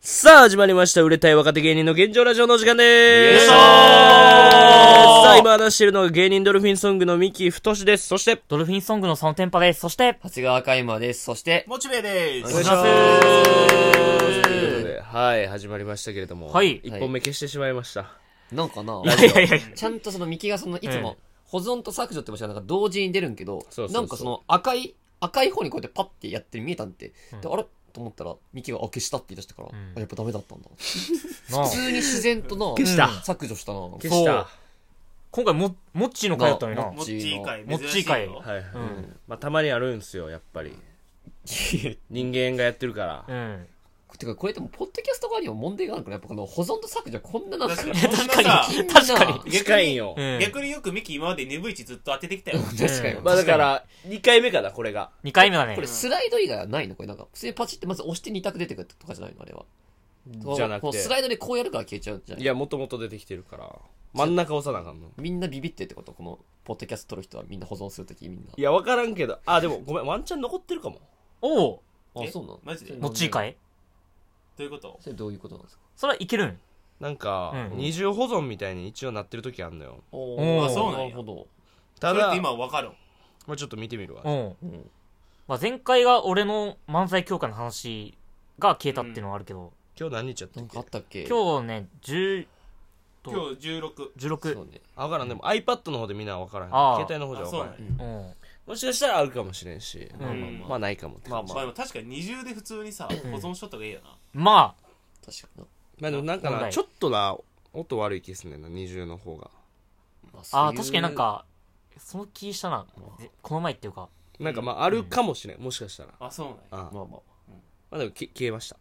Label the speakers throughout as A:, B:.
A: さあ、始まりました。売れたい若手芸人の現状ラジオのお時間でーす。
B: よいしょー
A: さあ、今話しているのが芸人ドルフィンソングの三木太志です。そして、
C: ドルフィンソングのそのテンパです。そして、
B: 長谷川海馬です。そして、
D: モチベで
B: お願いし
D: す。
B: ます
A: ということではい、始まりましたけれども。
C: はい
A: 一本目消してしまいました。
B: なんかな、
C: いやいやいや
B: ちゃんとそのミキがそのいつ
C: え
B: も、保存と削除ってもしなんか同時に出るんけど
A: そうそうそう、
B: なんかその赤い、赤い方にこうやってパッてやって見えたんで、で、あれと思ったら、ミキがあ消したって言い出したから、
C: ん
B: あやっぱダメだったんだ。
C: なあ
B: 普通に自然とな、
A: 消した
B: うん削除したな。
A: 消した。
C: 今回も、もっちーの回だったのにな。
B: な
D: モッチー会、
C: モッチー会
D: 珍しいよ
A: はい。
C: ん
A: まあ、たまにあるんすよ、やっぱ り。人間がやってるから。
C: うん。
B: てか、これでも、ポッドキャスト側にも問題があるから、やっぱこの保存と削除はこんななんか、
D: 確かに確か
B: に
C: 確かに
A: 近いんよ。
C: うん
D: 逆によくミキ今まで NV 値ずっと当ててきたよ。
B: 確かに。
A: まあ、だから、2回目かな、これが。
C: 2回目だね
B: これ。スライド以外はないのこれなんか、普通にパチってまず押して2択出てくるとかじゃないのあれは。
A: じゃな
B: こ
A: く
B: うスラ
A: て。
B: イドでこうやるから消えちゃうんじゃない
A: いや、もともと出てきてるから。真ん中押さなあかんの。
B: みんなビビってってことこの、ポッドキャスト撮る人はみんな保存するときみんな。
A: いや、わからんけど。あ、でも、ごめん、ワンチャン残ってるかも。
C: おお
B: あ、
D: え
B: そうなの
D: マジで
B: それ
C: もっちー回
D: ということ
B: それどういうことなんですか
C: それはいけるん
A: なんか、
C: うん
A: 二重保存みたいに一応なってる時あんのよ。
B: お
C: ーあそう
D: なんや
B: るほど。
A: た
D: それっ
A: だ、
D: て今わかる
A: まあ、ちょっと見てみるわ。
C: うん。
B: うん。
C: まあ、前回が俺の漫才協会の話が消えたっていうのはあるけど、
A: 今日何日やった
B: な
A: っ
B: んかあ
A: け
B: ったっけ日、
C: 今日ね、10と
D: 今日16。
B: そう
C: 16。
B: ね。
A: あわからん。でも iPad の方でみんなわからん。
C: ああ
A: 携帯の方じゃ
D: あ、
A: わ
D: そう
A: か
D: な
A: ら
D: ん
A: ん
C: う
D: や。
C: ん。
A: もしかしたらあるかもしれんし。
C: うん
A: まあ、ないかもって感じ
D: まあでも確かに20で普通にさ、保存しとった方がいいよな。
C: まあ、
B: 確かにな。
A: まあ、でもなんか
C: 問
A: な、
C: 題
A: ちょっとな、音悪い気すんねんな、二重の方が。
B: ま
C: あ
B: そ
C: あ、
B: ういう
C: 確かになん。か、その気したな。えこの前っていうか、
A: なんかまあ、あるかもしれん。もしかしたら。
D: あ、そうなんや。
A: ああ
B: まあま
A: まあ、でもき消えました。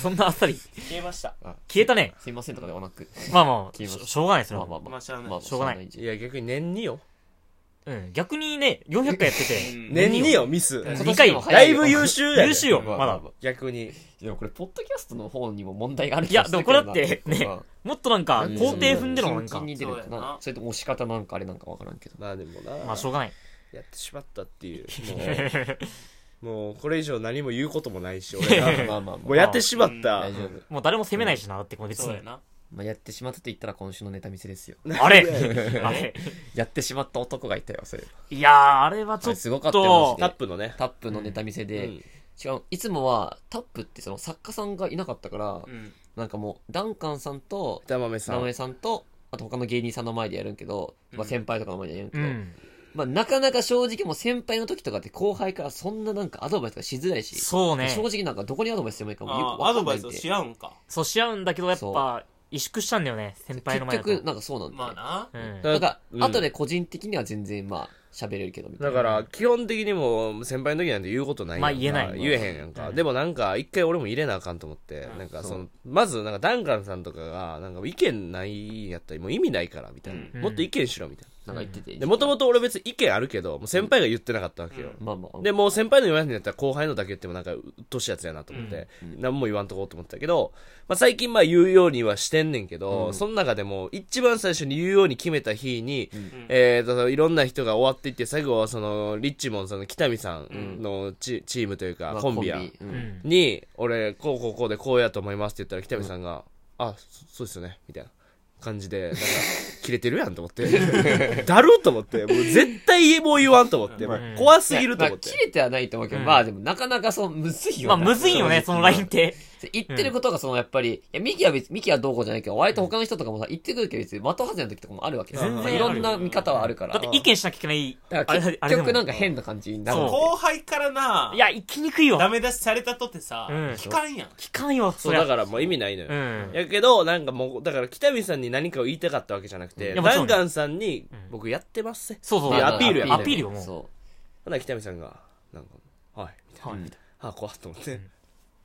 C: そんなあっさり、
D: 消えました。
B: あ。あ
C: 消えたね。
B: すいませんとかではなく。
C: まあまあ、
B: 消えまし
C: したしょうがないです
B: ま
C: よ
B: あまあ
D: まあしゃあない
B: まあ
C: しょうがない
B: まあ
A: いや、逆に年によ。
C: うん。逆にね、400回やって
D: う
C: て、
D: ん
A: 年によ、ミス。
C: ん
B: 今年も早
A: だいぶ優秀やで
C: 優秀よ、
B: ま
C: ま
B: あまあ
C: だ
B: まあ。
A: 逆に。
B: でもこれ、ポッドキャストの方にも問題がある
C: いや、で
B: 気が
C: も
B: す
C: こ
B: る
C: れ
B: け
C: だ
B: どな
C: って、ね
B: うん、
C: もっとなんか、工程踏んでるのなん
B: 新
C: か
B: 人、に出るのか
D: そうや
B: な
D: な。
B: それとも押し方なんかあれなんかわから んけど。
A: まあでもな、
C: まあしょうがない。
A: やってしまったっていう。もう、もうこれ以上何も言うこともないし、俺 が。
B: まあまあ
A: も
B: ま
A: う
B: あ。
A: やってしまった
B: 大。丈夫。
C: もう誰も責めないしな、だってこれ別
D: そう
C: に
D: や。な。
B: まあやってしまったと言ったら今週のネタ見せですよ。
C: あれあれ
B: やってしまった男がいたよ、それ。
C: いやー、あれはちょ
B: あれ
C: っ
B: すごかったよ、マ
C: と
B: ジ、
A: タ
B: で
A: ップのね。
B: タップのネタ見せで、
A: うん
B: 違う、いつもはタップってその作家さんがいなかったから、
D: うん。
B: なんかもう、ダンカンさんと、
A: 枝豆さ
B: 直江
A: ん。
B: さんと、あと他の芸人さんの前でやるんけど、
D: う
B: まあ
D: ん
B: 先輩とかの前でやるんけ
C: う
B: ど、
C: ん。
B: まあなかなか正直もう先輩の時とかって後輩からそんななんかアドバイスとかしづらいし、
C: そうね。
B: 正直なんかどこにアドバイスしてもいいかもよ
D: あ
B: く
D: ー、
B: わ
D: ア
B: か
D: ド
B: んな
D: バ
B: い
D: イ
B: ん
D: ス
B: で
D: を。し合うんか。
C: そうし合うんだけど、やっぱ、萎縮したんだよね、先輩の前
B: 結
C: だと。
B: 局、なんかそうなんだ
D: ま
B: よ
D: あな。
B: ね。
C: う
A: だ
C: ん。
B: なんか、
A: うん
B: 後で個人的には全然まあ喋れるけどみたい
A: だ
B: な。
A: から、基本的にもう先輩の時なんて言うことないやんか
C: まあ言えない
A: 言えへんやんか。
C: うん
A: でもなんか、一回俺も入れなあかんと思って、
D: うん
A: なんかそ
B: そ
A: の、まずなんかダンカンさんとかが、なんか意見ないんやったらもう意味ないから、みたい
D: う
C: う
D: ん
A: な。
C: ん
A: もっと意見しろ、みたい
B: なんか言ってて。
A: な。で、もともと俺別に意見あるけど、もう先輩が言ってなかったわけよ。
B: まあまあ。
A: で、もう先輩の言わへんのやったら後輩のだけ言ってもなんかうっとしいやつやなと思って、何も言わんとこうと思ってたけど、まあ最近まあ言うようにはしてんねんけど、その中でも一番最初に言うように決めた日に、えーと、いろんな人が終わっていって、最後はその、リッチモンさんの北見さんのチ,、チームというか
B: まあ
A: コンビや、
B: うん
C: うん。
A: に、俺、こうこうこうでこうやと思いますって言ったら北見さんが、あ、そそうですよね、みたいな。感じで、なんか、切れてるやんと思 って。だるっと思って。もう絶対もう言わんと思って。もう怖すぎると思って
B: まあ、。切れてはないと思うけど、まあでもなかなかそう、むずいよ
C: まあ、
B: な。
C: むずいよね、そのラインって。
B: 言ってることがそのやっぱり、いや、ミキは別、ミキはどうこうじゃないけど、割と他の人とかもさ、言ってくるけど別に的外れの時とかもあるわけ
C: 全然
B: まあいろんな見方はあるから。
C: だって意見しなきゃいけない。
B: だから結
C: あれ
B: 局なんか
C: あれ
B: 変な感じになる。
C: そう
D: 後輩からな
C: でもい、や、行きにくいよ。
D: ダメ出しされたとてさ、
C: うん
D: 聞かんやん。
C: 聞かんよ、
A: そ、
C: そうり
A: だ
C: ゃ。
A: からもう意味ないのよ。
C: うん
A: やけど、なんかもう、だから北見さんに何かを言いたかったわけじゃなくて、
C: いやもち
A: ダ
C: ろ
A: ン
C: ん
A: ガンさんに
C: ん、
A: 僕やってますって。
C: そうそう。
A: いや
B: まあ
A: アピールや
C: アピールよ、もう。
B: そ
A: ほな北見さんが、なんか、はい、みたいな。
C: はい
A: あ、怖っと思って。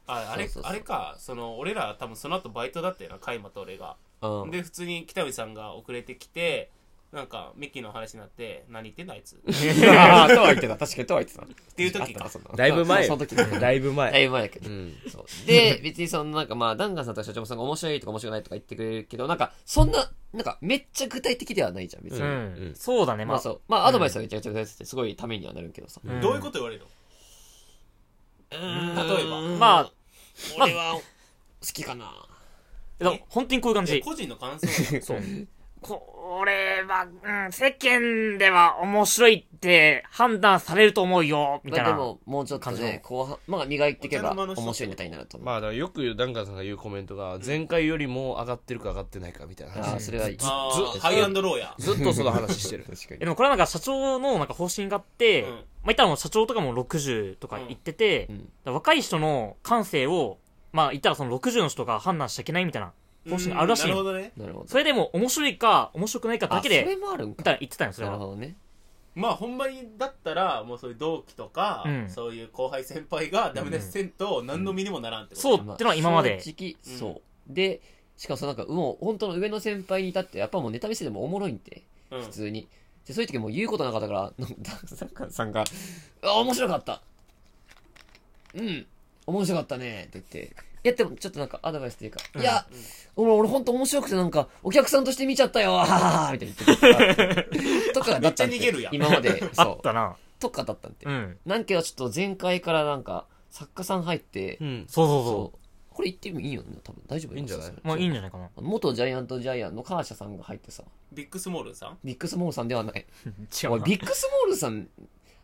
D: ああれ
B: そうそうそう
D: あれかその俺ら多分その後バイトだったよな海馬と俺が、
B: う。うん。
D: で普通に北見さんが遅れてきてなんかミッキーの話になって何言ってんのあいつっ
B: ああ、とは言ってた。確かにとは言ってた。って
D: いう時か
B: そんな
A: だいぶ前
B: そ
A: よ
B: うその時だ。
A: だいぶ
B: だ
A: 前。
B: いぶ前やけ
A: う
B: ど。
A: ん。
B: そうで、別にそのなんかまあ、ダンガンさんとか社長さんが面白いとか面白くないとか言ってくれるけど、なんか、そんな、なんか、めっちゃ具体的ではないじゃん、別に。
C: う
A: うんん。
C: そうだね、ま
B: まあ
C: あ
B: そ。う。まあ、アドバイスはめちゃくちゃ大切ですごいためにはなるけどさ。
C: ん
D: どういうこと言われるの
B: 例え
D: 例えば
C: まあ、
B: 俺は、きかな
C: だから本当にこういう感
D: え
C: じ。
D: 個人の感想や
A: そう。
C: これは、うん、世間では面白いって判断されると思うよ、みたい
B: まあ
C: な。
B: でも、もうちょっとね、後半、まあ磨いていけば
D: お茶の間の人
B: 面白いネタになると思う。
A: まあ、だからよくダンカンさんが言うコメントが、前回よりも上がってるか上がってないかみたいな
B: ああ、
A: 話。
B: それはいい。確
D: あ
A: ず
D: ーハイアンドローや
A: ずっとその話して る。
B: か
C: えでもこれはなんか社長のなんか方針があって、
D: うん
C: まあ言ったらもう社長とかも60とか言ってて、
B: うん
C: だから若い人の感性を、まあ言ったらその60の人が判断しちゃいけないみたいな方針があるらしい
D: うんなる
C: よ
D: ほどね
B: に。なるほど。
C: それでも面白いか面白くないかだけ
B: あそ
C: で、
B: れもあるん
C: み
B: か。
C: たいな言ってたよ、それ
B: なる
C: は。
B: ほどね。
D: まあほんまにだったらもうそういう同期とか、
C: うん
D: そういう後輩先輩がダメ出しせんと何の身にもならんってこと、
C: そうってのは今まで。
B: 正直、
D: うん
B: そう。で、しかもさ、なんか、もう、本当の上の先輩に至って、やっぱもうネタ見せてもおもろいんで、
D: うん、
B: 普通に。で、そういう時もう言うことなかったから、なんかサッカーさんが、あ、面白かった。うん、面白かったね、って言って。いや、でも、ちょっとなんか、アドバイスというか、いや、俺、俺、ほんと面白くて、なんか、お客さんとして見ちゃったよ、ははははみたいな言って た。とかだったんで
D: めっちゃ逃げるやん
B: 今まで、
C: あっ
B: そう。
C: たな。
B: とかだったんで
C: う。ん。
B: なんけど、ちょっと前回からなんか、作家さん入って、
A: うん。
C: そうそう
B: そ。
C: そう
B: これ言ってもいいよね、多分大丈夫
A: いいんじゃない
C: まあいいんじ
B: ゃ
C: ゃないかな。
B: 元ジャイアントジャイアンのカーシャさんが入ってさ、
D: ビッグスモールさん
B: ビッグスモールさんではない。
C: 違
B: お
C: う
B: い、
C: な。
B: ビッグスモールさん、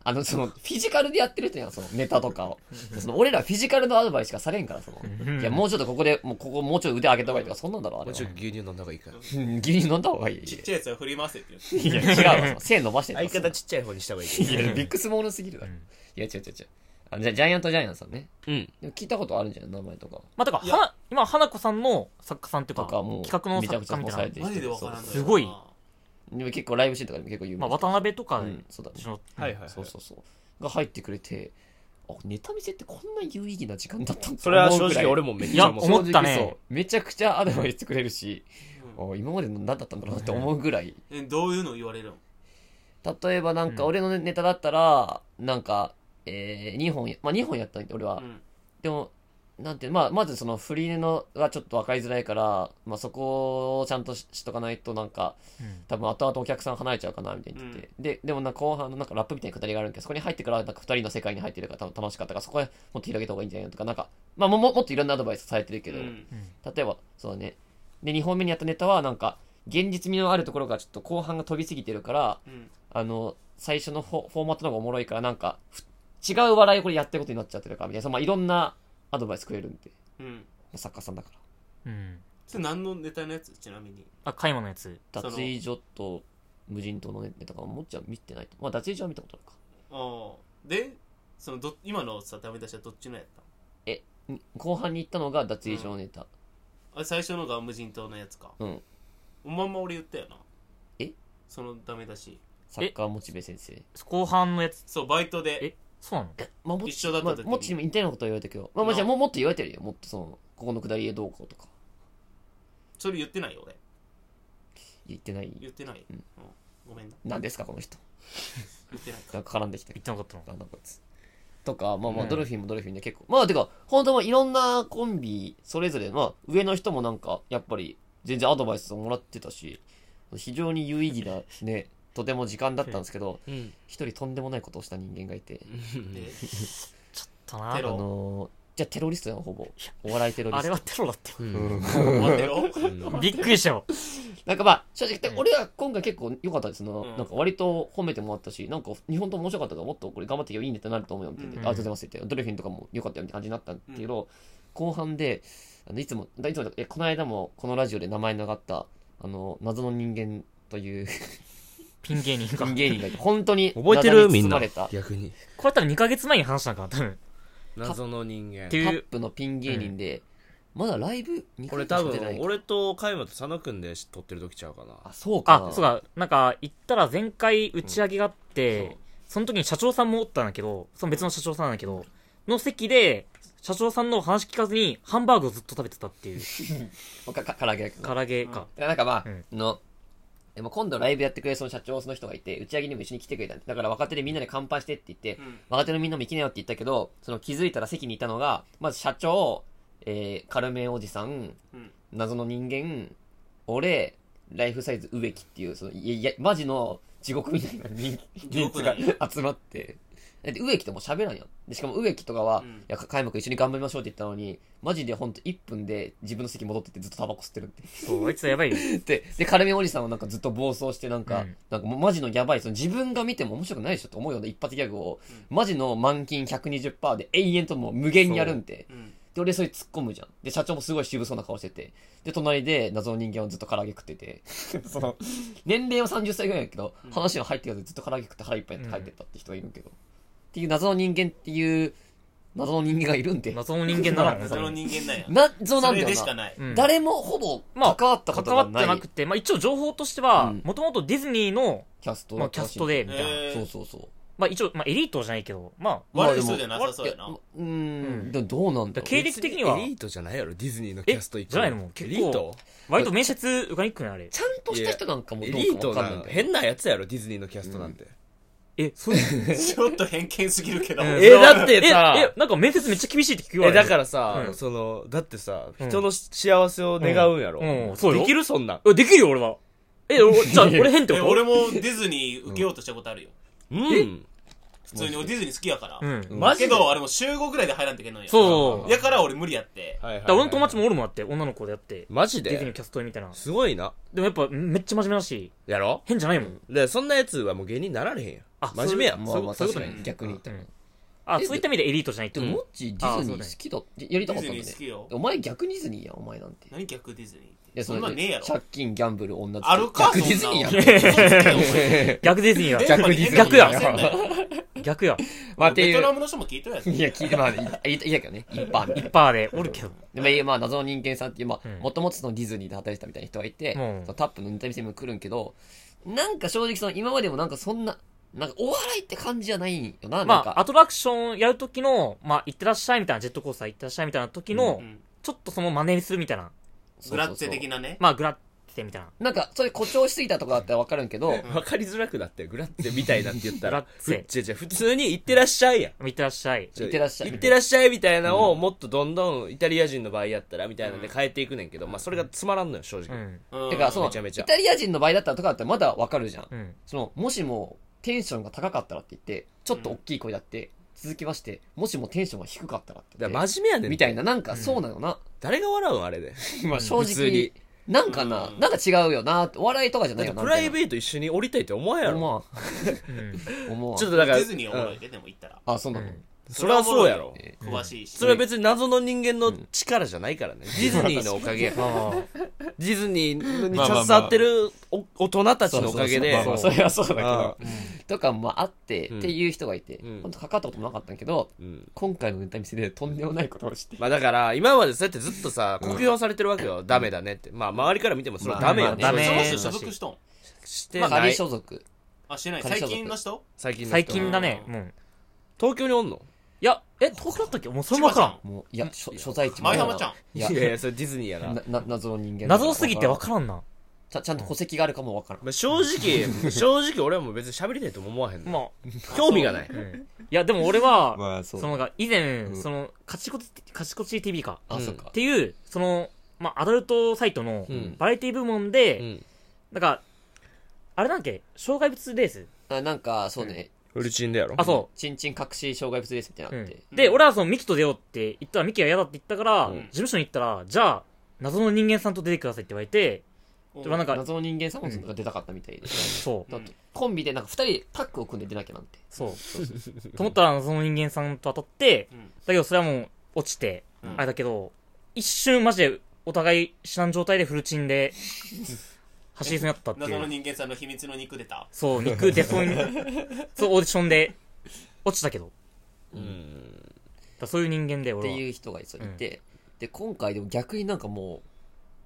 B: あの、その、フィジカルでやってる人やん、その、ネタとかを。その、俺らフィジカルのアドバイスしかされんから、そ
C: うん
B: の。いや、もうちょっとここで、もうここもうちょい腕上げた方がいいとか、そんなんだろ、
A: も
B: あれ
A: う
B: は
A: ちょっ。と牛乳飲んだ方がいいから。
B: うんギリ飲んだ方がいい。
D: ちっちゃいやつは振り回せっていう
B: いや、違うわその、背伸ばしてる
A: 相方ちっちゃい方にした方がいい。
B: いや、ビッグスモールすぎるだろ。いや、違う違う違う。あのじゃあジャイアントジャイアンさんね。
A: うん。
B: でも聞いたことあるんじゃん、名前とか。
C: まあだから、
D: いや
C: はな今、花子さんの作家さんっていう
B: と
C: か、
B: かもう、
C: 企画の
B: めちゃ
C: 作
B: くちゃ
C: 家みたいな。
B: 押されてる
D: マ
B: 人
D: ジでわからんのよ
C: すごい
B: でも結構ライブシーンとかでも結構有
C: ま
B: 名。
C: あ渡辺とか、
B: うん、そうだね。
C: その
A: はいはいはい。
B: そうそうそう。が入ってくれて、あ、ネタ見せってこんな有意義な時間だったんだ
A: それは正直俺
B: も
A: もめっちゃ思
C: いや思ったね
B: めちゃくちゃアドバイスくれるし、
D: う
B: あ今までの何だったんだろうなって思うぐらい。
D: えどういうの言われるん
B: 例えばなんか俺のネタだったら、なんか、えー、2本や、まあ2本やったんで俺は、
D: うん
B: でも、なんていう、まあ、まずその振りのがちょっと分かりづらいから、まあ、そこをちゃんとししとかないとなんか、
C: うん
B: 多分後々お客さん離れちゃうかなみたいに言ってて、で、でもなんか後半のなんかラップみたいなくだりがあるんけど、そこに入ってからなんか二人の世界に入ってるから多分楽しかったから、そこはもっと広げた方がいいんじゃないのとか、なんか、まあ、も、ももっといろんなアドバイスされてるけど、
D: うん
B: 例えば、そうだね。で、2本目にやったネタはなんか、現実味のあるところがちょっと後半が飛びすぎてるから、
D: うん
B: あの、最初のフォフォーマットの方がおもろいから、なんか、ふ違う笑いをこれやってることになっちゃってるから、みたいな、そのまあ、いろんなアドバイスくれるんで、
D: うん
B: 作家さんだか
C: うん。
D: それ何のネタのやつちなみに
C: あ、カイマのやつ。
B: ら。
D: その
B: 脱衣所と無人島のネタとか、もっちゃん見てないと。まあ、脱衣所は見たことあるか。
D: ああでそのど今のさダメ出しはどっちのやった
B: え、ん後半に行ったのが脱衣所のネタ。
D: あ最初のが無人島のやつか
B: うん。
D: おまんま俺言ったよな
B: え
D: そのダメ出し
B: サッカーモチベ先生。
C: 後半のやつ。
D: そうバイトで
C: えそうなの
B: まあ、も
D: 一緒だった
B: まあ
D: 時に
B: もっちにも似たようなことは言われたけど、まあ、もちろん
D: な
B: ももっと言われてるよ。もっとその、ここの下りへどうこうとか。
D: それ言ってないよ俺
B: 言ってない。
D: 言ってない、
B: うん
D: ごめんな
B: 何ですか、この人。
D: 言ってないか
B: なんか絡んできたけど
C: 言ってなかったの
B: なんだこいつ。とか、まあまあ、
C: うん
B: ドルフィンもドルフィンで結構。まあ、てか、本当はいろんなコンビ、それぞれ、まあ、上の人もなんか、やっぱり、全然アドバイスをもらってたし、非常に有意義な、ね、とても時間だったんですけど、
A: うん。
B: 一人とんでもないことをした人間がいて、
D: で
C: だな
D: テ
B: あ
D: ロ
B: のー、じゃあテロリストやん、ほぼ。お笑いテロリ
C: あれ
B: スト。
C: はテロだって。
A: うん。
D: 待ってろ
C: びっくりしたよ。
B: なんかまあ、正直言って
C: う、ん
B: 俺は今回結構良かったです。その
D: うん
B: なんか割と褒めてもらったし、なんか日本とも面白かったから、もっとこれ頑張ってよ、いいねってなると思うよ、みたいな。
C: うん
B: ありがとうございますって言って、ドルフィンとかも良かったよ、みたいな感じになったんだけど、後半で、あのいつも、だいつもだえこの間もこのラジオで名前の上がった、あの、謎の人間という
C: ピン芸人が。
B: 人
C: こ
B: 芸人がいて、本当に
A: 覚えてる
B: 謎に
A: み
B: 包
A: ん
B: ま
A: な
B: れた。
A: 逆に。
C: れは多分2ヶ月前に話したんかな、多分。
A: 謎の人間
C: って。
B: タ
C: い
B: ッ
C: う。
B: プのピン芸人で、まだライブ2
A: これ
B: 回
A: 多分
B: しか出てない、。
A: 俺と加山と佐野くんで撮ってる時ちゃうか
B: あ、
A: な。
B: そうか。
C: あ、そうか。なんか、行ったら前回打ち上げがあって、その時に社長さんもおったんだけど、その別の社長さんなんだけど、の席で、社長さんの話聞かずに、ハンバーグをずっと食べてたっていう、
B: か。か、唐揚げ。
C: 唐揚げか。
B: いやなんかまあ、
C: うん
B: の、でも今度ライブやってくれるその社長、その人がいて、打ち上げにも一緒に来てくれたんでだから若手でみんなで乾杯してって言って、
D: うん
B: 若手のみんなも行きなよって言ったけど、その気づいたら席にいたのが、まず社長、えー、カルメンおじさん、
D: うん
B: 謎の人間、俺、ライフサイズ植木っていう、その、いやいや、マジの地獄みたいな人
D: 地獄
B: 人
D: だ
B: が集まって、だって植木ともう喋らんやん。で、しかも植木とかは、
D: うん
B: いや、か開幕一緒に頑張りましょうって言ったのに、マジでほんと1分で自分の席戻ってってずっとタバコ吸ってるって。
C: そう、あいつやばいよ。
B: で、で、カルメおじさんはなんかずっと暴走してなんか、
C: うん
B: なんかもうマジのやばい、その自分が見ても面白くないでしょと思うような一発ギャグを、マジの満金120%で永遠ともう無限にやるんで。
D: うん
B: で、俺それ突っ込むじゃん。で、社長もすごい渋そうな顔してて。で、隣で謎の人間をずっと唐揚げ食ってて。 その、年齢は30歳ぐらいやけど、
D: うん
B: 話が入ってくるずっと唐揚げ食って腹いっぱいやって帰ってったって人がいるけど。っていう謎の人間っていう、謎の人間がいるんで。
C: 謎の人間だな、
D: 謎の人間なんや
B: 謎
D: そ
B: なんだ
D: れ
B: よ
D: で
B: な。
D: しかない
C: うん
B: 誰もほぼ関わったこ
C: 関
B: とが
C: わ
B: ない
C: ってなくて、まあ一応情報としては
B: うん、
C: もともとディズニーの、
B: キャスト
C: まあキャストで、みたいな。
D: えー
B: そうそうそう。
C: まあ一応、まあエリートじゃないけど、まあ、
D: 悪い人じゃなさそうやな
B: まあでもう
C: う
B: ーん、
C: ん
B: でもどうなん
C: だ
B: だろ
C: 経歴的には
A: エリートじゃないやろディズニーのキャスト行く
C: えじゃないのもう結構
A: エリート
C: 割と面接受かにくくないあれ
B: う。。ちゃんとした人なんかも
A: エ
B: ど
A: リー
B: う
A: ト
B: かわかん
A: な
B: ないんだよ。
A: 変なやつやろディズニーのキャストなんて、
C: え、そういう
D: ちょっと偏見すぎるけど、
C: うん
A: えだって
C: え、
A: さ
C: え、なんか面接めっちゃ厳しいって聞くよ。。
A: えだかららさ、
C: うん
A: そのだってさ
C: うん
A: 人のし幸せを願うんやろ、
C: うんうんそうよ
A: できるそんなん、
C: えできるよ、俺は。え、俺じゃあ俺変って
D: え
C: こと
D: 俺もディズニー受けようとしたことあるよ
A: うん、
D: 普通に俺ディズニー好きやから、
C: うん。
A: ん
C: だ
A: マジ
D: け
A: で
D: どあれも週5ぐらいで入らんといけないよ
C: そう
D: だから俺無理やって
A: はいはいはい
C: から俺の友達も俺もあって、女の子であって、
A: マジ
C: ディズニーの
A: で
C: キャストみたいな。
A: すごいな
C: でもやっぱ、めっちゃ真面目だし、
A: やろ
C: 変じゃないもん。
A: でそんなやつはもう芸人になられへんやん
C: あ
A: 真面目やん
B: まあまあ
A: そう
B: 確
A: いうこ
B: か
A: とね
B: に逆に言ったら
C: うんあ、
B: え
C: そういった意味でエリートじゃないって
B: で
C: こ
B: も
C: と
B: モッチーディズニー好きだってやり
D: デ
B: た
D: ィ
B: かっ
D: ズ
B: たん
D: ニ
B: だ
D: ー好
B: ね
D: きよ
B: お前逆ディズニーやんお前なんてい
D: 何逆ディズニーって
B: や
D: そんなんねえやろ
B: 借金ギャンブル女
D: あるか
B: 逆ディズニーやん
D: そん なの嘘つけよお前
C: 逆ディズニーだ。
B: 逆ディズニー
C: 逆や
D: 逆や
C: 逆や。
B: まあって
D: ベ
B: い
D: トナ
B: う
D: ムの人も聞いとるやつ
B: いや聞いてまあいいいいやけどね一般に
C: パーでおるけど。
B: でまあいいまあ謎の人間さんっていうまあ
C: うん
B: もともとそのディズニーで働いてたみたいな人がいて、
C: うん
B: そのタップの運転店にも来るんけどなんか正直その今までもなんかそんななんかお笑いって感じじゃないよな,、
C: ま
B: なんか
C: あ、アトラクションやるときの、まあ、行ってらっしゃいみたいな、ジェットコースター行ってらっしゃいみたいな時の、
D: うん
C: ちょっとその真似するみたいな、
D: グ
B: そうそう
D: ラ
B: そう
D: ッツェ的なね
C: まあ、グラッテみたいな。
B: なんかそういう誇張しすぎたとかだったらわかるんけど、
A: 分かりづらくなってグラッツェみたいなって言ったら
C: グラッツェ
A: ふ違う違う普通に行ってらっしゃいやん
C: 行ってらっしゃい。
A: 行
B: ってらっしゃい
A: 行ってらっしゃいみたいなのをもっとどんどんイタリア人の場合やったらみたいなんで変えていくねんけど、まあそれがつまらんのよ正
C: う
A: 直、
C: ん。
D: うん
B: てかその
A: めちゃめちゃ
B: イタリア人の場合だったらとかだったらまだわかるじゃん
C: うん。
B: その、もしもテンションが高かったらって言って、ちょっと大きい声だって、続きまして、もしもテンションが低かったらって言
A: だ
B: っ
A: から
B: て、
A: 真面目やねん
B: みたい
A: な
B: な、なんかそうなのな。
A: 誰が笑うんあれで
B: まあ正
A: 普通
B: 直
A: に、
B: なんかな
D: う、ん
B: なんか違うよな、お笑いとかじゃ
A: だ
B: な
A: っ
B: い
A: て
B: よな。
A: プライ
B: ー
A: ベート一緒に降りたいって思わんや
B: や
A: ろ
B: 思
C: うん。
B: わん。思わん。
A: ちょっと
B: と、
A: だから
D: ディズニーおもろいででも行ったら
B: あ、そうなの。
C: うん
A: それはそうやろ
B: え
D: 詳しいし
A: それは別に謎の人間の力じゃないからね、ディズニーのおかげや
C: あ
A: ディズニーに
B: まあまあまあ
A: 携わってるお大人たちのおかげで
B: そうそうそうまあまあそれはそうだけ
A: ああ
B: ど。とかもあって、
A: うん
B: っていう人がいて
A: う、ん
B: ほんとかかったこともなかったんだけど、
A: うん
B: 今回のネタ見せでとんでもないことをして。
A: まあだから、今までそうやってずっとさ、酷評されてるわけよ。ダメだねって。まあ周りから見てもそれはダメ
C: ま
A: よ。
C: あダメ
D: その人所属しとん
A: して
B: まあ、
A: な
B: 仮
A: い。
B: 所属。
D: あしてない
B: 彼
D: 最
B: 所属
D: 近の人
A: 最近
C: ー
A: の人
C: 最近だね、もう。
A: 東京におんの
C: いや、え、遠くだったっけもうそれもわからん。
B: もう、いや、所所在地も
D: 舞浜ちゃん
B: い
A: い
B: や
A: や、いや、それディズニーやな。
B: な、な、謎の人間。
C: 謎すぎてわからんな。
B: ちゃんちゃんと戸籍があるかもわからん。
A: まあ正直、正直俺はもう別に喋りたいとも思わへんの。
C: まあ、
A: 興味がない。
C: うん。いや、でも俺は、
B: まあ、そ
C: そのなんか以前、
B: ん
C: その、カチコチ、カチコチ TV か。
B: あ、
A: うん
B: そっか
C: っ。ていう、その、まあ、アダルトサイトの
A: うん
C: バラエティ部門で、
A: うん。
C: なんか、あれなんだっけ障害物レース
B: あなんか、そうね、
A: フルチンだやろ
C: あ、そ
B: ちんちん隠し障害物ですみたいな
C: う。
B: のあ
C: う
B: っ
C: ん
B: て。
C: で、
D: うん
C: 俺はそのミキと出ようって言ったら、ミキが嫌だって言ったから、
A: うん
C: 事務所に行ったら、じゃあ、謎の人間さんと出てくださいって言われて、
D: お
C: でもなんか、
B: 謎の人間サモンさんとか出たかったみたいで。
C: そう、
D: う
B: だっ
D: ん
B: てコンビでなんか二人タッグを組んで出なきゃなんて。
C: そう。 と思ったら、謎の人間さんと当たって、
D: うん
C: だけどそれはもう落ちて、
D: うん
C: あれだけど、一瞬マジでお互い知らん状態でフルチンで、走りそうになったってい
D: 謎の
C: う。
D: 人間さんの秘密の肉出た
C: そう、肉出そうに、そう、オーディションで落ちたけど。
A: うん。
C: だからそういう人間で
B: っ
C: 俺
B: て
C: は。
B: いう人がいそういて。で、今回でも逆になんかもう、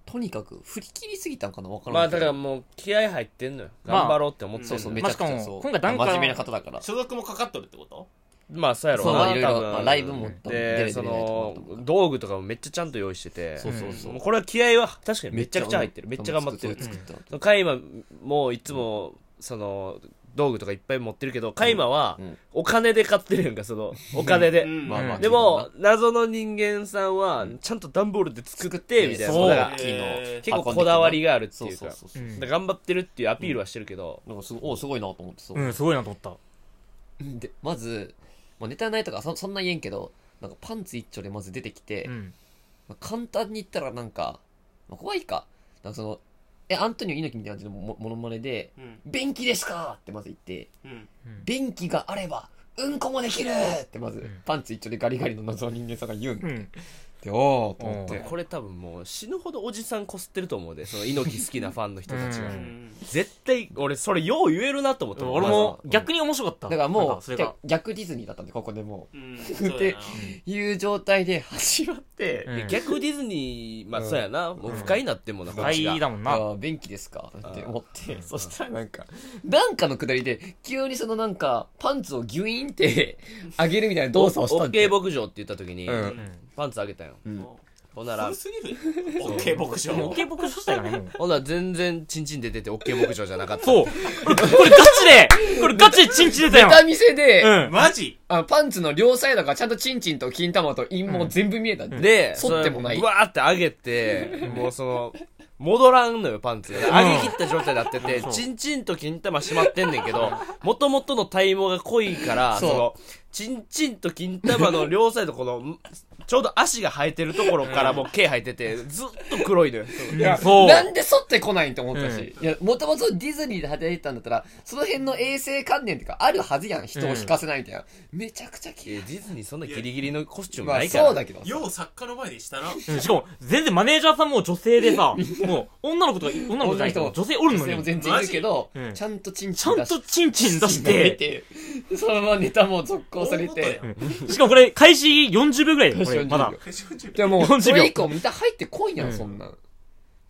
B: とにかく振り切りすぎたのかなわからん
A: まあ
B: け
A: だ
B: ど
A: からもう気合入ってんのよ。
C: まあ
A: 頑張ろうって思って
B: そ
A: ん
B: う
A: の
B: そう、
A: よ
B: めち
C: まあ
B: ゃくちゃ
C: しか
B: そう。
C: も今回ダンカー
B: 真面目な方だから。
D: 所属もかかっとるってこと
A: まあそうやろ
B: そう、
A: な
B: まあいろいろ、
A: 多分
B: まあライブも多分出れ
A: で、
B: て
A: そ
B: るないと思
A: の
B: うと思うから、
A: 道具とかもめっちゃちゃんと用意してて。
B: そうそうそう
A: もう。これは気合は確かにめちゃくちゃ入ってる。めっちゃ頑張ってる。
B: 作ったの
A: そのカイマもいつもその道具とかいっぱい持ってるけどカイマは
B: うん
A: お金で買ってるやんかそのお金で、
D: うん
B: まあまあ。
A: でも謎の人間さんはちゃんと段ボールで作ってみたいな
B: そう
A: だから
B: 大きいの
A: 結構こだわりがあるっていう
B: そう
A: か
B: そうそうそう
C: うん
A: だから頑張ってるっていうアピールはしてるけど、
B: なんかすごいおすごいなと思ってそう、
C: うん、すごいなと思った。
B: でまずまあ、ネタないとかそそんな言えんけどなんかパンツ一丁でまず出てきて、
C: うん。
B: まあ簡単に言ったらなんか、まあ、怖いかなんかそのえアントニオ猪木みたいな感じのもものまねで
D: うん
B: 「便器ですか!」ってまず言って
D: うん
C: うん
B: 「便器があればうんこもできる!」ってまず
C: ん
B: パンツ一丁でガリガリの謎の人間さんが言うん
C: う
B: だっ
C: ん。
B: ておおと思っ
C: う
B: て
C: ん
A: これ多分もう死ぬほどおじさんこすってると思うでその猪木好きなファンの人たちが
C: う
D: うんん
A: 絶対俺それよう言えるなと思った
C: 俺も逆に面白かった。
B: だから
C: なん
B: も
C: かそうれが。
B: 逆ディズニーだったんでここでも
D: うんそうやな
B: ういう状態で始まって
C: うん
A: いや逆ディズニーまあ
B: うん
A: そうやなもう不快になってんもんなこっち
C: 大
A: が
C: 意だもん
B: あ
C: な。
B: ー便器ですかって思って、
A: うん
B: そしたらなんか、なんかのくだりで、急にそのなんか、パンツをギュイーンって上げるみたいな動作をした
A: オ
B: ん
A: ッ
B: で
A: ケー牧場って言った時に
B: うん
C: うん。
A: パンツあげたよ
B: うん
D: もう
A: ほんなら
D: 古すぎる OK 牧
C: でも、オッ
D: 場
C: ケー牧場したよね、もう。
A: ほんなら全然チンチン出ててオッケー牧場じゃなかった
C: そう。これガチで、これガチでチンチ出たよ。
B: 下見せで、
C: うん。
D: マジ
B: あのパンツの両サイドがちゃんとチンチンと金玉と陰毛全部見えたんで、
A: で、
B: 反ってもない
A: それをブワーって上げて、もうその、戻らんのよ、パンツ。上げ切った状態になってて
C: そう、
A: チンチンと金玉しまってんねんけど、元々の体毛が濃いから、
B: そ
A: そうの、チンチンと金玉の両サイド、この、んちょうど足が生えてるところからもう毛生えてて、ずっと黒いのよ。
C: うん
B: いや
C: そう。
B: なんで反ってこないんと思ったし、いや、もともとディズニーで働いてたんだったら、その辺の衛生観念とかあるはずやん、人を引かせないみたいな。めちゃくちゃ綺
A: え
B: 麗。
A: ディズニーそんなギリギリのコスチューム
B: ま
A: な
B: あ
A: いから。
B: そうだけど。
D: よう作家の前でしたな
C: うんしかも、全然マネージャーさんも女性でさ、もう、女の子とか、女の子じゃないけど、女性おるの
B: でも
C: に、ち
B: 全然いるけど
C: マジうん、
B: ちゃんとチンチ
C: ゃ
B: ン
C: ん
B: 出して
C: とチンチン出し
B: 出
C: て、
B: て、そのままネタも続行され
D: 大
B: て
D: 事。
C: しかもこれ、開始40秒ぐらいだよ、これ、
B: 40
C: まだ
B: 秒。
D: 40
B: でももう、
C: 40
B: そ
C: 秒
B: れ以降ネタ入ってこいや、
C: うんん
B: そんなん。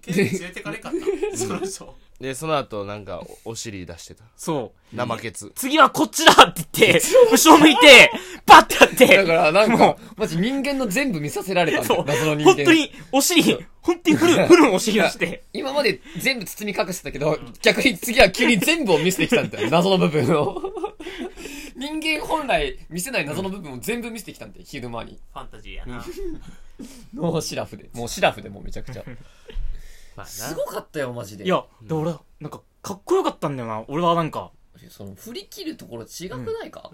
D: 県連れてかれかったその人
A: で、その後なんか、おお尻出してた。
C: そう。
A: 生ケツ。
C: 次はこっちだって言って、後ろ向いて、バッてやって、
B: だから、なん
C: も
B: か、マジ人間の全部見させられたんだ
C: そ
B: よ
C: う、
B: 謎の人
C: 本
B: 間。
C: 当に、お尻、本当にフル、フルのお尻出 して、
B: 今まで全部包み隠してたけど、逆に次は急に全部を見せてきたんだよ。謎の部分を。人間本来見せない謎の部分を全部見せてきたんだよ、昼間に。
D: ファンタジーやな
B: もうシラフで。もうシラフでもうめちゃくちゃ。
A: まあな
B: すごかったよ、マジで。
C: いや、で、俺、なんか、かっこよかったんだよな、俺はなんか。
B: その、振り切るところ違くないか、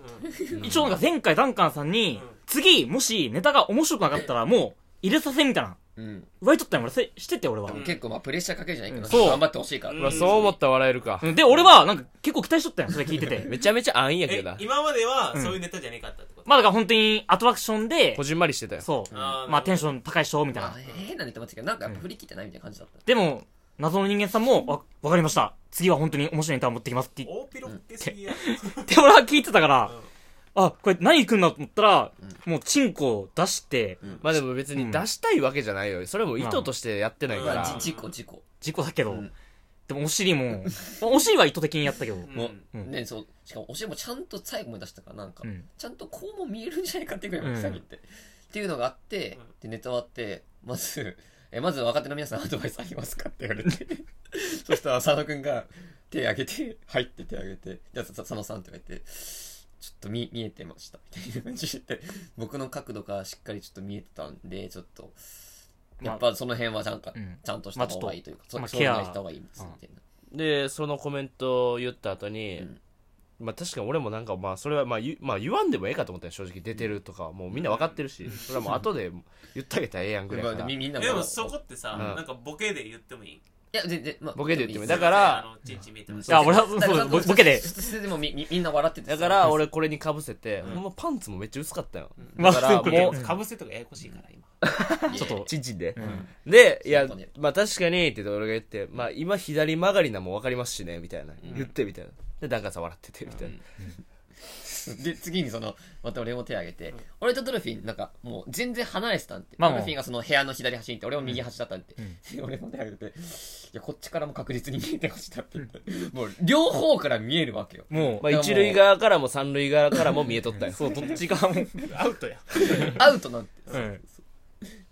C: 一応なんか前回ダンカンさんに
D: うん、
C: 次、もしネタが面白くなかったら、もう、入れさせみたいな。
B: うん。
C: 言われとったんよ、俺、せしてって俺は
B: で。も結構まあプレッシャーかけるじゃないけど、
C: うんそう
B: 頑張ってほしいから。
D: うん
A: まあそう思ったら笑えるか。
C: うんで、俺は、なんか、結構期待しとったんよ、それ聞いてて。
A: めちゃめちゃ安易やけ
D: え
A: どな。
D: 今まではそういうネタじゃねえかったってこと
C: まあだから本当にアトラクションで
A: こ、じんまりしてたよ。
C: そう。
D: あー
C: まあテンション高い人、みたい
B: まあ
C: な。
B: 変なネタもあったけど、なんかやっぱ振り切ってないみたいな感じだった。
C: でも、謎の人間さんも、わ、わかりました。次は本当に面白いネタを持ってきますって言
D: 大ピロってすぎや
C: って、俺は聞いてたから、あ、これ何来るんだと思ったら、もうチンコを出して、
A: まあでも別に出したいわけじゃないよ。それも意図としてやってないか
B: ま
A: ら。
B: あ、
D: うん
B: じ事故、事故。
C: 事故だけど、
B: うん
C: でもお尻も、まあお尻は意図的にやったけど、
D: うん
B: もう、
C: うん
B: ね、そう、しかもお尻もちゃんと最後まで出したから、なんか、
C: うん
B: ちゃんとこうも見えるんじゃないかっていうぐらい、
C: うん
B: さっき言って。っていうのがあって、で、ネタ終わって、まず、え、まず若手の皆さんアドバイスありますかって言われて。 そしたら佐野くんが、手挙げて、入って手挙げて、じゃあさ佐野さんって言われて、ちょっと見、見えてました。みたいな感じで、僕の角度からしっかりちょっと見えてたんで、ちょっと、やっぱその辺はなんか、
C: うん
B: ちゃんとし
C: ま
B: た
C: あちょっ
B: 方
C: と
B: がいいというか、そ
C: まあ
B: そういう
C: ケア
B: のした方がいいんです、みたいな。
A: で、そのコメントを言った後に、
B: うん
A: まあ確かに俺もなんか、まあそれはまあ言,、まあ、言わんでもええかと思ったよ、正直。出てるとか、もうみんな分かってるし、それはもう後で言ってあげたらええやんぐらい
B: ま
A: や
B: あ
A: から。
B: みみんな
D: でもそこってさ
A: うん
D: なんかボケで言ってもいい
B: いや、全然、まあ。
A: ボケで言ってもいい
B: 別
A: だ
B: に
A: から
D: あのチンチン見えてまし
C: いや
D: た
C: 俺はそう
B: だから
C: そうボケで
B: 普通でもみみみんな笑ってて。
A: だから、俺これに被せて、ほんまパンツもめっちゃ薄かったよ。
C: まあ
A: だから
C: そういう
A: も
C: こ
A: う、
D: かぶせとかややこしいから今
B: ちょっと。
A: チンチンで
C: う。ん
A: で、いや
B: そうだね、
A: まあ確かに、って俺が言って、まあ今左曲がりなも分かりますしね、みたいな。言って、みたいな。で、ダンカンさん笑ってて、みたいな。
B: で、次にその、また俺も手挙げて、俺とドルフィン、なんか、もう全然離れてたんって。
C: まあ
B: ド
C: もう
B: ルフィンがその部屋の左端にいて、俺も右端だったんって。
C: ん
B: で俺も手挙げて、いや、こっちからも確実に見えてましたって言って。もう、両方から見えるわけよ。
C: もう、
A: まあ一塁側からも三塁側からも見えとったよ。
C: そう、どっち側も、
D: アウトや
B: アウトなんて。
C: うん。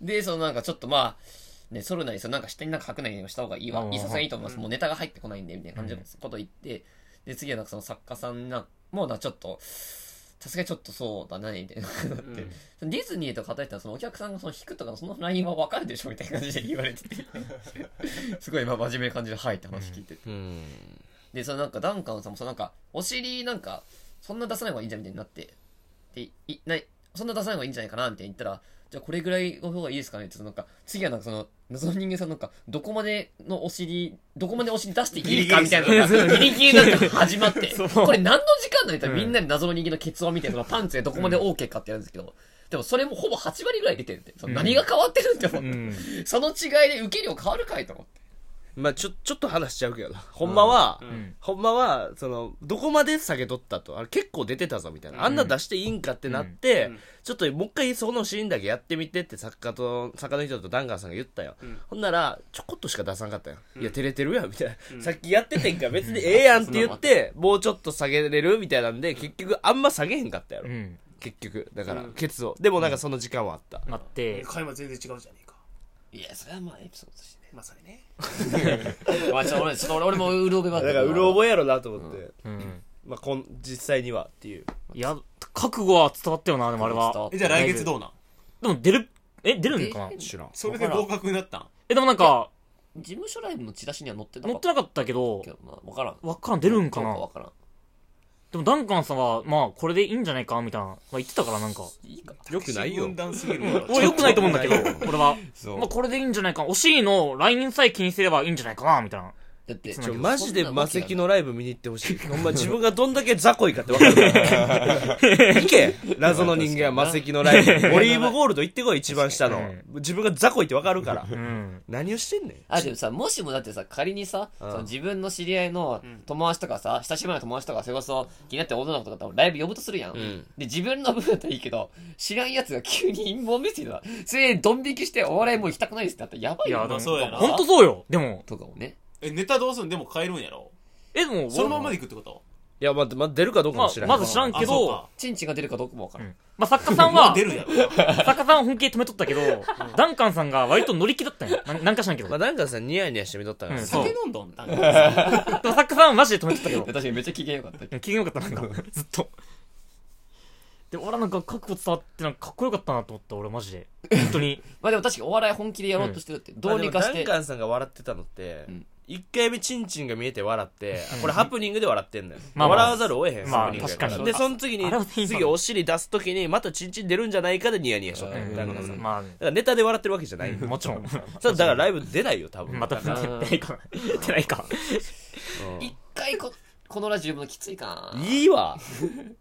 B: で、そのなんかちょっとまあ、ね、ソルなり、そのなんか下になんか書くなりをした方がいいわ
C: う。ん
B: いいさすがにいいと思います。もうネタが入ってこないんで、みたいな感じのこと言って、で、次はなんかその作家さんなんもうな、ちょっと、さすがにちょっとそうだな、みたいな感じになって。ディズニーとか働いてたら、そのお客さんがその引くとかのそのラインはわかるでしょみたいな感じで言われ てて。すごい、まあ真面目な感じで、はいって話聞いてて。
A: うん。
B: で、そのなんかダンカンさんも、そのなんか、お尻なんか、そんな出さない方がいいんじゃんみたいになって。っていないそんな出さない方がいいんじゃないかなみたいに言ったらじゃあこれぐらいの方がいいですかねって言うとなんか次はなんかその謎の人間さんなんかどこまでのお尻どこまでお尻出していいかみたいなのがギリギリなんか始まって
C: そう
B: これ何の時間なのみたいなみんなで謎の人間のケツを見てそのパンツでどこまで OK かってやるんですけどでもそれもほぼ8割ぐらい出てるってその何が変わってるって思
C: う
B: って、
C: ん。
B: その違いで受け量変わるかいと思って
A: まあちょ、ちょっと話しちゃうけどな。ほんまは、
C: ん
A: ほんまは、その、どこまで下げとったと。あれ結構出てたぞみたいな。あんな出していいんかってなって、
D: うん
A: ちょっともう一回そのシーンだけやってみてって作家と、作家の人とダンガンさんが言ったよ。
D: ん
A: ほんなら、ちょこっとしか出さんかったよ。いや、照れてるやんみたいな。さっきやっててんから別にええやんって言って、もうちょっと下げれるみたいなんで、結局あんま下げへんかったやろ。
C: うん。
A: 結局。だから
D: うん、
A: ケツを。でもなんかその時間はあった。
C: あって、
D: 会話全然違うじゃねえか
B: いやそれはまあエピソードとして
D: まさにね
B: ねまあちょっと俺ちょっと俺俺もうろ覚えば
A: だか、
B: っから
A: うろ覚えやろなと思って。
C: うん。
A: まあこん、実際にはっていう。
C: いや、覚悟は伝わったよな、でもあれ
B: 伝わっ
C: は
B: た。
D: えじゃあ来月どうなん
C: でも出る、え、出るんかな
B: で
A: 知らん。
D: それで合格になったん
C: え、でもなんか、
B: 事務所ライブのチラシには載ってな
C: 乗っ
B: かって
C: なかったけど
B: たけ、どな分からん
C: わっからん、出るんかな
B: どう分からん
C: でもダンカンさんは、まあ、これでいいんじゃないかみたいな、まあ言ってたから、なんか。
B: いいか
A: よくないよ
D: 分。断すぎるのが
C: 俺良くないと思うんだけど、これは。
A: そう
C: まあ、これでいいんじゃないか。お尻のラインさえ気にすればいいんじゃないかなみたいな。
B: だって
A: ちょ、マジで魔
B: 石
A: 石のライブ見に行ってほしい。ほんま自分がどんだけ雑魚いかって分かる から。行け謎の人間は魔石のライ ブ。オリーブゴールド行ってこい、一番下の。自分が雑魚いって分かるから
C: う。ん。
A: 何をしてんねん。
B: あでもさもしもだってさ仮にさ、
A: うん
B: その自分の知り合いの友達とかさ、親しみの友達とかそれこそ気になってる女の子とかとライブ呼ぶとするやん、
A: ん
B: で自分の部分だったらいいけど知らんやつが急に陰謀見せてたそれでドン引きしてお笑いもう行きたくないですってなったらやばい
C: いや、
B: よ
C: でも、
D: そうやな
C: ほんとそうよ。でも、
B: とかもね
D: えネタどうすんでも変えるんやろ
C: え、でも、
D: そのままで
C: で。
D: いくってこと
A: いや、まあ、まあ、出るかどうか
C: ま
A: も知ら
C: あ、
A: ん。
C: まず知らんけ
D: あそう
C: ど
D: か、
B: チンチンが出るかどうかもわか
C: う
B: らん、
C: んまあ、作家さ んは
D: 出、るやろ
C: 作家さんは本気で止めとったけど、ダンカンさんが割と乗り気だったんよ。なんなんかしらんけど。
A: まあ、
C: で
A: なんかさ、ニヤニヤしてみとったから
C: うん
A: さ
C: そう
D: 酒飲んどんなんか
C: も作家さんはマジで止めとったけど
B: いや。確かにめっちゃ機嫌よかったけど
C: 機嫌よかった、なんか、ずっと。で、俺はなんか覚悟伝わって、なんかかっこよかったなと思った、俺マジで。本当に。
B: まあでも確かにお笑い本気でやろうとしてるって、どうにかし
A: まあでもダ
B: て
A: ンカンさんが笑ってたのって
B: うん、
A: 一回目チンチンが見えて笑って、あこれハプニングで笑ってんだよ。
C: まあまあ
A: 笑わざるを得へん、
C: まあ
A: ハプニングやら
C: 確かに
A: で、その次に
C: あれは、店員さん
A: 次お尻出す時に、またチンチン出るんじゃないかでニヤニヤしとったよ
B: うん
A: ダンカンさん。だ
C: ま
A: からネタで笑ってるわけじゃない。
C: あ、もちろん。
A: そうだからライブ出ないよ、多分。
C: また出ないか。出ないか。
A: うん
B: 一回 ここのラジオ呼ぶのきついかない
A: いわ。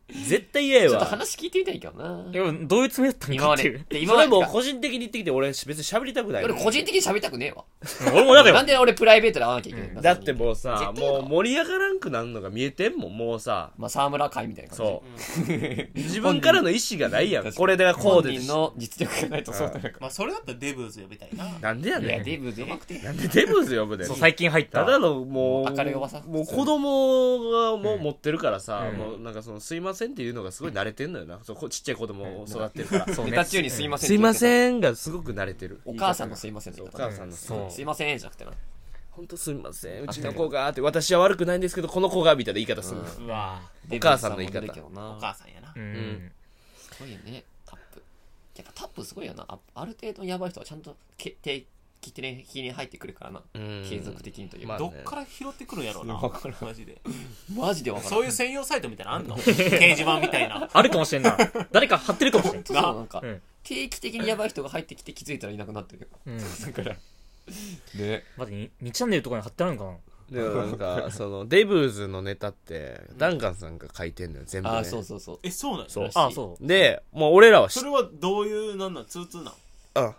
A: 絶対嫌
B: ちょ
A: や
B: っと
A: わ。
B: 話聞いてみたいけどない
C: やどういうつもりだったの
B: 今
C: か
B: ま
C: ってい
B: で
C: う。
B: で今
A: そ
B: ま
A: れ
B: で
A: もう個人的に言ってきて、俺別に喋りたくない。
B: 俺個人的に喋りたくねえわ
C: 俺も嫌だよ
B: なん。で俺プライベートで会わなきゃいけないん
A: だってもうさ、
B: 絶対や
A: も
B: だ
A: う盛り上がらんくなるのが見えてんもん、もうさ。
B: まあ、沢村会みたいな感じ。
A: そう。自分からの意思がないやん。
B: 確かに
A: これでこ
B: 本
A: うで
B: 人。の実力がないとそうだよ。
D: まあそれだったらデブーズ呼びたいな
A: なんでや
B: いや、
A: ね
B: デブうまくて。
A: ん。なんでデブーズ呼ぶねん
C: そう、。最近入った。
A: ただのもう、
B: 明るいおばさん
A: もう子供がもう持ってるからさ、
C: うん
A: もうなんかその、すいませんっていうのがすごい慣れてんのよな。そうこちっちゃい子供を育てるから。
C: そう
B: ネ
C: ね
B: タ中にすいません。
A: すいま
B: ん。
A: せんがすごく慣れてる。
B: お母さんのすいません
A: そ
B: の
A: うお
B: 言
A: 母
B: い方。
A: さんの
C: そう
B: すいませんじゃなくてな。
A: 本当すみませんうちの子がって私は悪くないんですけどこの子がみたいな言い方する、
D: うわ
A: お母さんの言い方
B: デブさんもいるけどな
D: お母さんやな
C: うん。
B: すごいよね、タップ。やっぱタップすごいよな。あある程度やばい人はちゃんとけ定期的に入ってくるからな。
A: うん
B: 継続的にという
A: まあ
B: か。
D: どっから拾ってくるんやろうなマジで
B: マジでわからん。
D: そういう専用サイトみたいなのあんの掲示板みたいな
C: あるかもしれんな。誰か貼ってるかもしれん
B: 本。当そうなんか
C: うん、
B: 定期的にやばい人が入ってきて気づいたらいなくなってるよ。
C: うん。
B: だから。ね。
C: 待って、2チャンネルとかに貼ってあるのかな
A: でもなんかそのデブーズのネタってダンカンさんが書いてんのよ全部、ね、
B: ああ、そうそうそう。
D: えそうなんや
A: そう
C: あ、そう。
A: でもう俺らは知
D: そ
A: っ
D: れはどういうなんなんツーツーなん
A: うん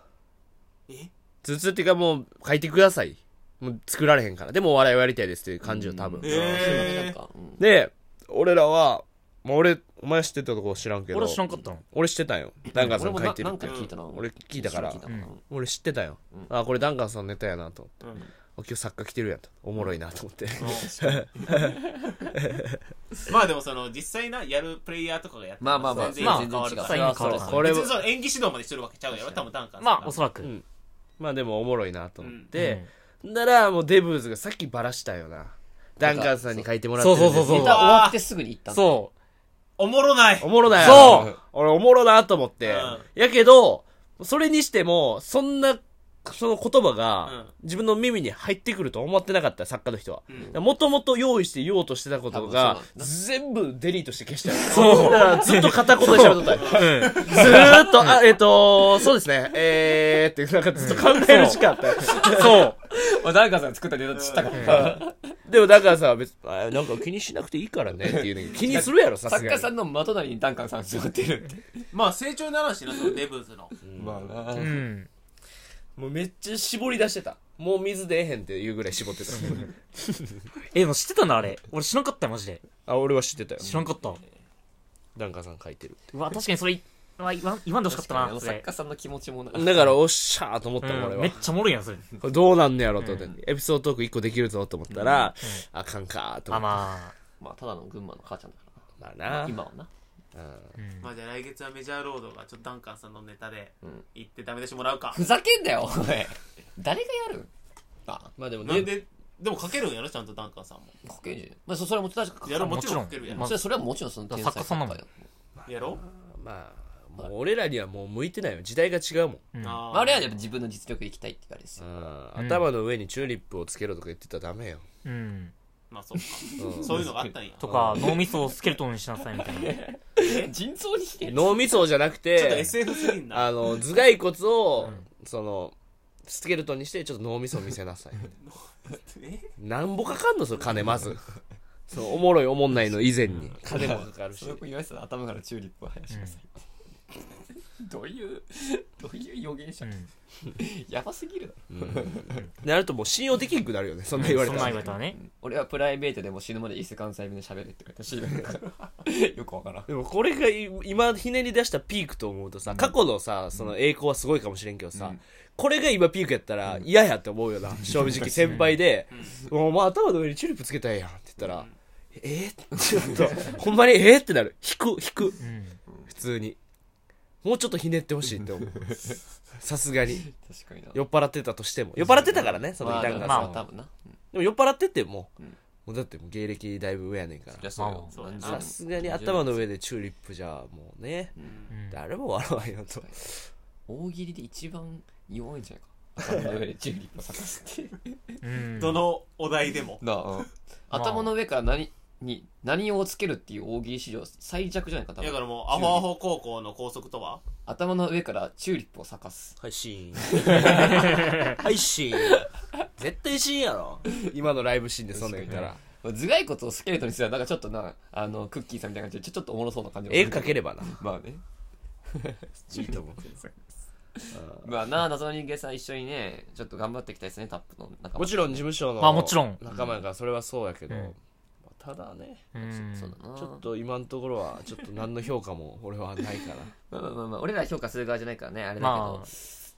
D: え
A: 頭痛っていうかもう書いてくださいもう作られへんからでもお笑いをやりたいですっていう感じよ多分、
B: うん
D: えー
B: そういうのなんかうん
A: で俺らは、まあ、俺お前知ってたとこ知らんけど
C: 俺は知らんかったの。
A: 俺知ってたんよダンカンさんが書いてる
B: 俺もななん
A: って
B: か聞いたな。
A: 俺聞いたから
B: 聞いたな
A: 俺知ってたよ、あこれダンカンさんのネタやなと思って
D: うん
A: あ今日作家来てるやんとおもろいなと思って
D: まあでもその実際なやるプレイヤーとかがやって
B: まあまあまあ、
D: 全
C: まあ
D: 然変わるか
C: 全然
D: ら
C: 違うそう
A: これ
D: 別にその演技指導までしてるわけちゃうやろ多分ダンカン
C: まあ、おそ
D: ら
C: らく。
A: ん まあでもおもろいなと思って
C: で、、
A: ならもうデブーズがさっきバラしたよなダンカンさんに書いてもらってるんです
C: そうそうそう
B: ネ
C: そう
B: タ終わってすぐに行ったんだ
C: そう。
D: おもろない
A: おもろだよ
C: そう
A: 俺おもろなと思って、
D: う
A: やけどそれにしてもそんなその言葉
D: うん
A: が自分の耳に入ってくると思ってなかった作家の人は
D: うん
A: もともと用意して言おうとしてたことが
B: 多分
A: 全部デリートして消したよ
C: そう
A: だからずっと片言で喋っとったよ
C: うん。
A: ずーっとあえっ、とそうですねえーってなんかずっと考える時間あったよ
C: そう。
B: お誰かさん作ったネタ知ったかも
A: でもだからさ別あなんか気にしなくていいからねっていうね気にするやろさす
B: 作
A: が
B: 家
A: に
B: さんのま隣にダンカンさん座ってるって
D: まあ成長にならんしなそのデブーズの
B: まあな
C: うん。
A: もうめっちゃ絞り出してたもう水出えへんっていうぐらい絞ってた
C: え、でも知ってたんだ、あれ。俺知らんかったよ、マジで。
A: あ俺は知ってたよ
C: 知らんかった。
A: ダンカさん書いてるって
C: うわ、確かにそれ、うわ言わん言わんでほしかった
B: あの
C: な、そ
B: 作
C: れ。
B: 家さんの気持ちもな
A: だからおっしゃーと思ったもん
C: う
A: 俺
C: ん、
A: は、
C: めっちゃおもろいやん、それ。
A: これどうなんねやろと思って、エピソードトーク1個できるぞと思ったら、あかんかーと
C: ま
A: 思って
C: あま
B: まあただの群馬の母ちゃんだか
A: まあ
B: らな
A: な
B: 今はな
D: まあじゃあ来月はメジャーロードがちょっとダンカンさんのネタで
B: ん
D: 行ってダメ出しもらうか
B: ふざけんなよお前誰がやるあ
A: まあでも
D: なん
A: ね
D: ででもかけるんやろちゃんとダンカンさんも
B: かけんじゃんまあそそれはもちろん確か
D: やろ
B: も
D: もちろん
C: も
D: か
C: ち
D: け
C: ろん
D: るや
C: ま
D: ろ
B: それそれはもちろんその天才
C: 作家さんなの
B: 作家よ
D: やろ
A: まあもう俺らにはもう向いてないよ時代が違うもん、
C: うん
D: あー
B: あれはやっぱ自分の実力でいきたいって言われです
A: う
B: よ
A: ん
C: うん
A: 頭の上にチューリップをつけろとか言ってたらダメよ、
C: あ。うん。
D: まあそうか
A: うん
D: そういうのがあったんやち
C: と
D: ょっ
C: か、脳みそをスケルトンにしなさい、みたいな。
B: 腎臓にして
A: 脳みそじゃなく
D: と
A: て
D: SF すぎんな
A: あの頭蓋骨を、そのスケルトンにしてちょっと脳みそを見せなさい
D: え
A: なんぼかかんのその金まず そのおもろいおもんないの以前に金もかかるし
B: その子岩井さん頭からチューリップを生やしなさい、どういうどういう予言者、
C: うん
B: やばすぎるだろ
A: なるともう信用できんくなるよねそんな言われ
C: そ
A: た
C: んな
A: ら
C: 言われたらね。
B: 俺はプライベートでも死ぬまで伊勢関西弁で喋るって言われたしよくわからん
A: でもこれがい今ひねり出したピークと思うとさ、過去のさその栄光はすごいかもしれんけどさ、これが今ピークやったら嫌やって思うよな、正 直先輩で「もうお前頭の上にチューリップつけたいやん」って言ったら「えー、 ちょっとほんまにえー、ってなる引く引く
C: うん。
A: 普通にもうちょっとひねってほしいって 思うさすがに
B: 確かにな
A: 酔っ払ってたとしても酔っ払ってたからねその
B: まあ
A: イタンがさ、
C: まあ
B: 多分な、うん
A: でも酔っ払ってても,、もうだってもう芸歴だいぶ上やねんから
B: いやそうよ
C: まあ
D: そうやな
B: 何十年
A: さすがに頭の上でチューリップじゃもうね、
C: うん
A: 誰も笑わんよと
B: 大喜利で一番弱いんじゃないか頭の上でチューリップを探すって
C: うん。
D: どのお題でも
B: なあ、うん頭の上から何に何をつけるっていう大喜利史上最弱じゃないか多
D: だから
B: 分
D: もうアホアホ高校の高速とは
B: 頭の上からチューリップを咲かす
A: はい シーンはいシーン絶対シーンやろ今のライブシーンでそんなん言ったら
B: 頭蓋骨をスケルトンにするのはなんかちょっとなあのクッキーさんみたいな感じでちょちょっとおもろそうな感じもす
A: 絵
B: る
A: 描ければな
B: まあね
A: いいと思う
B: まあなあ謎の人間さん一緒にねちょっと頑張っていきたいですねタップの仲間
A: もちろん事務所の
C: まあもちろん
A: 仲間やからそれはそうやけど、
C: うん
A: まあただね
C: うん。
B: そうだな
A: ちょっと今のところはちょっと何の評価も俺はないから
B: まあまあまあまあ俺ら評価する側じゃないからねあれだけど、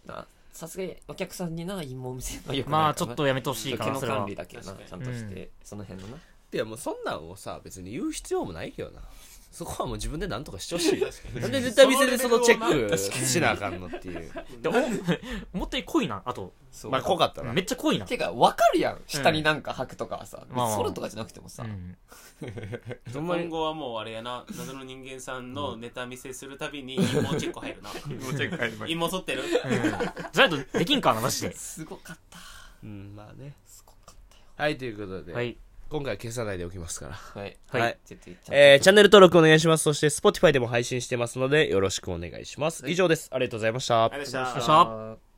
C: ま
B: なあさすがにお客さんにな陰謀見せるのはよくないからな
C: まあ、ちょっとやめてほしいか
B: 毛
C: な、
B: の
C: それは
B: 管理。だけどな
D: 確かに
B: ちゃんとして、その辺のない
A: やもうそんなんをさ別に言う必要もないけどなそこはもう自分で何とかしてほ しいよなんで絶対店でそのチェックしなあかんのっていう
C: でお思ったより濃いな、あと。
B: そう
A: まあ濃かったな
C: めっちゃ濃いな。
B: てか分かるやん下になんか履くとかはさ、
C: まあまあ
B: ソロとかじゃなくてもさ、
C: うん。
A: ほんま
D: 今
A: に
D: 後はもうあれやな謎の人間さんのネタ見せするたびに陰謀チェック入るな陰謀チェック入る陰謀取ってる
C: じゃないとできんかな、マジで。
B: すごかった
A: うんまあね
B: すごかっ
A: はいということで、
C: はい。
A: 今回は消さないでおきますから
B: たはい
A: はい
B: ちょっと言っちゃった
A: えーチャンネル登録お願いしますそして Spotify でも配信してますのでよろしくお願いします以上ですありがとうございました
D: ありがとうございま
C: よっ
D: し
C: したゃ。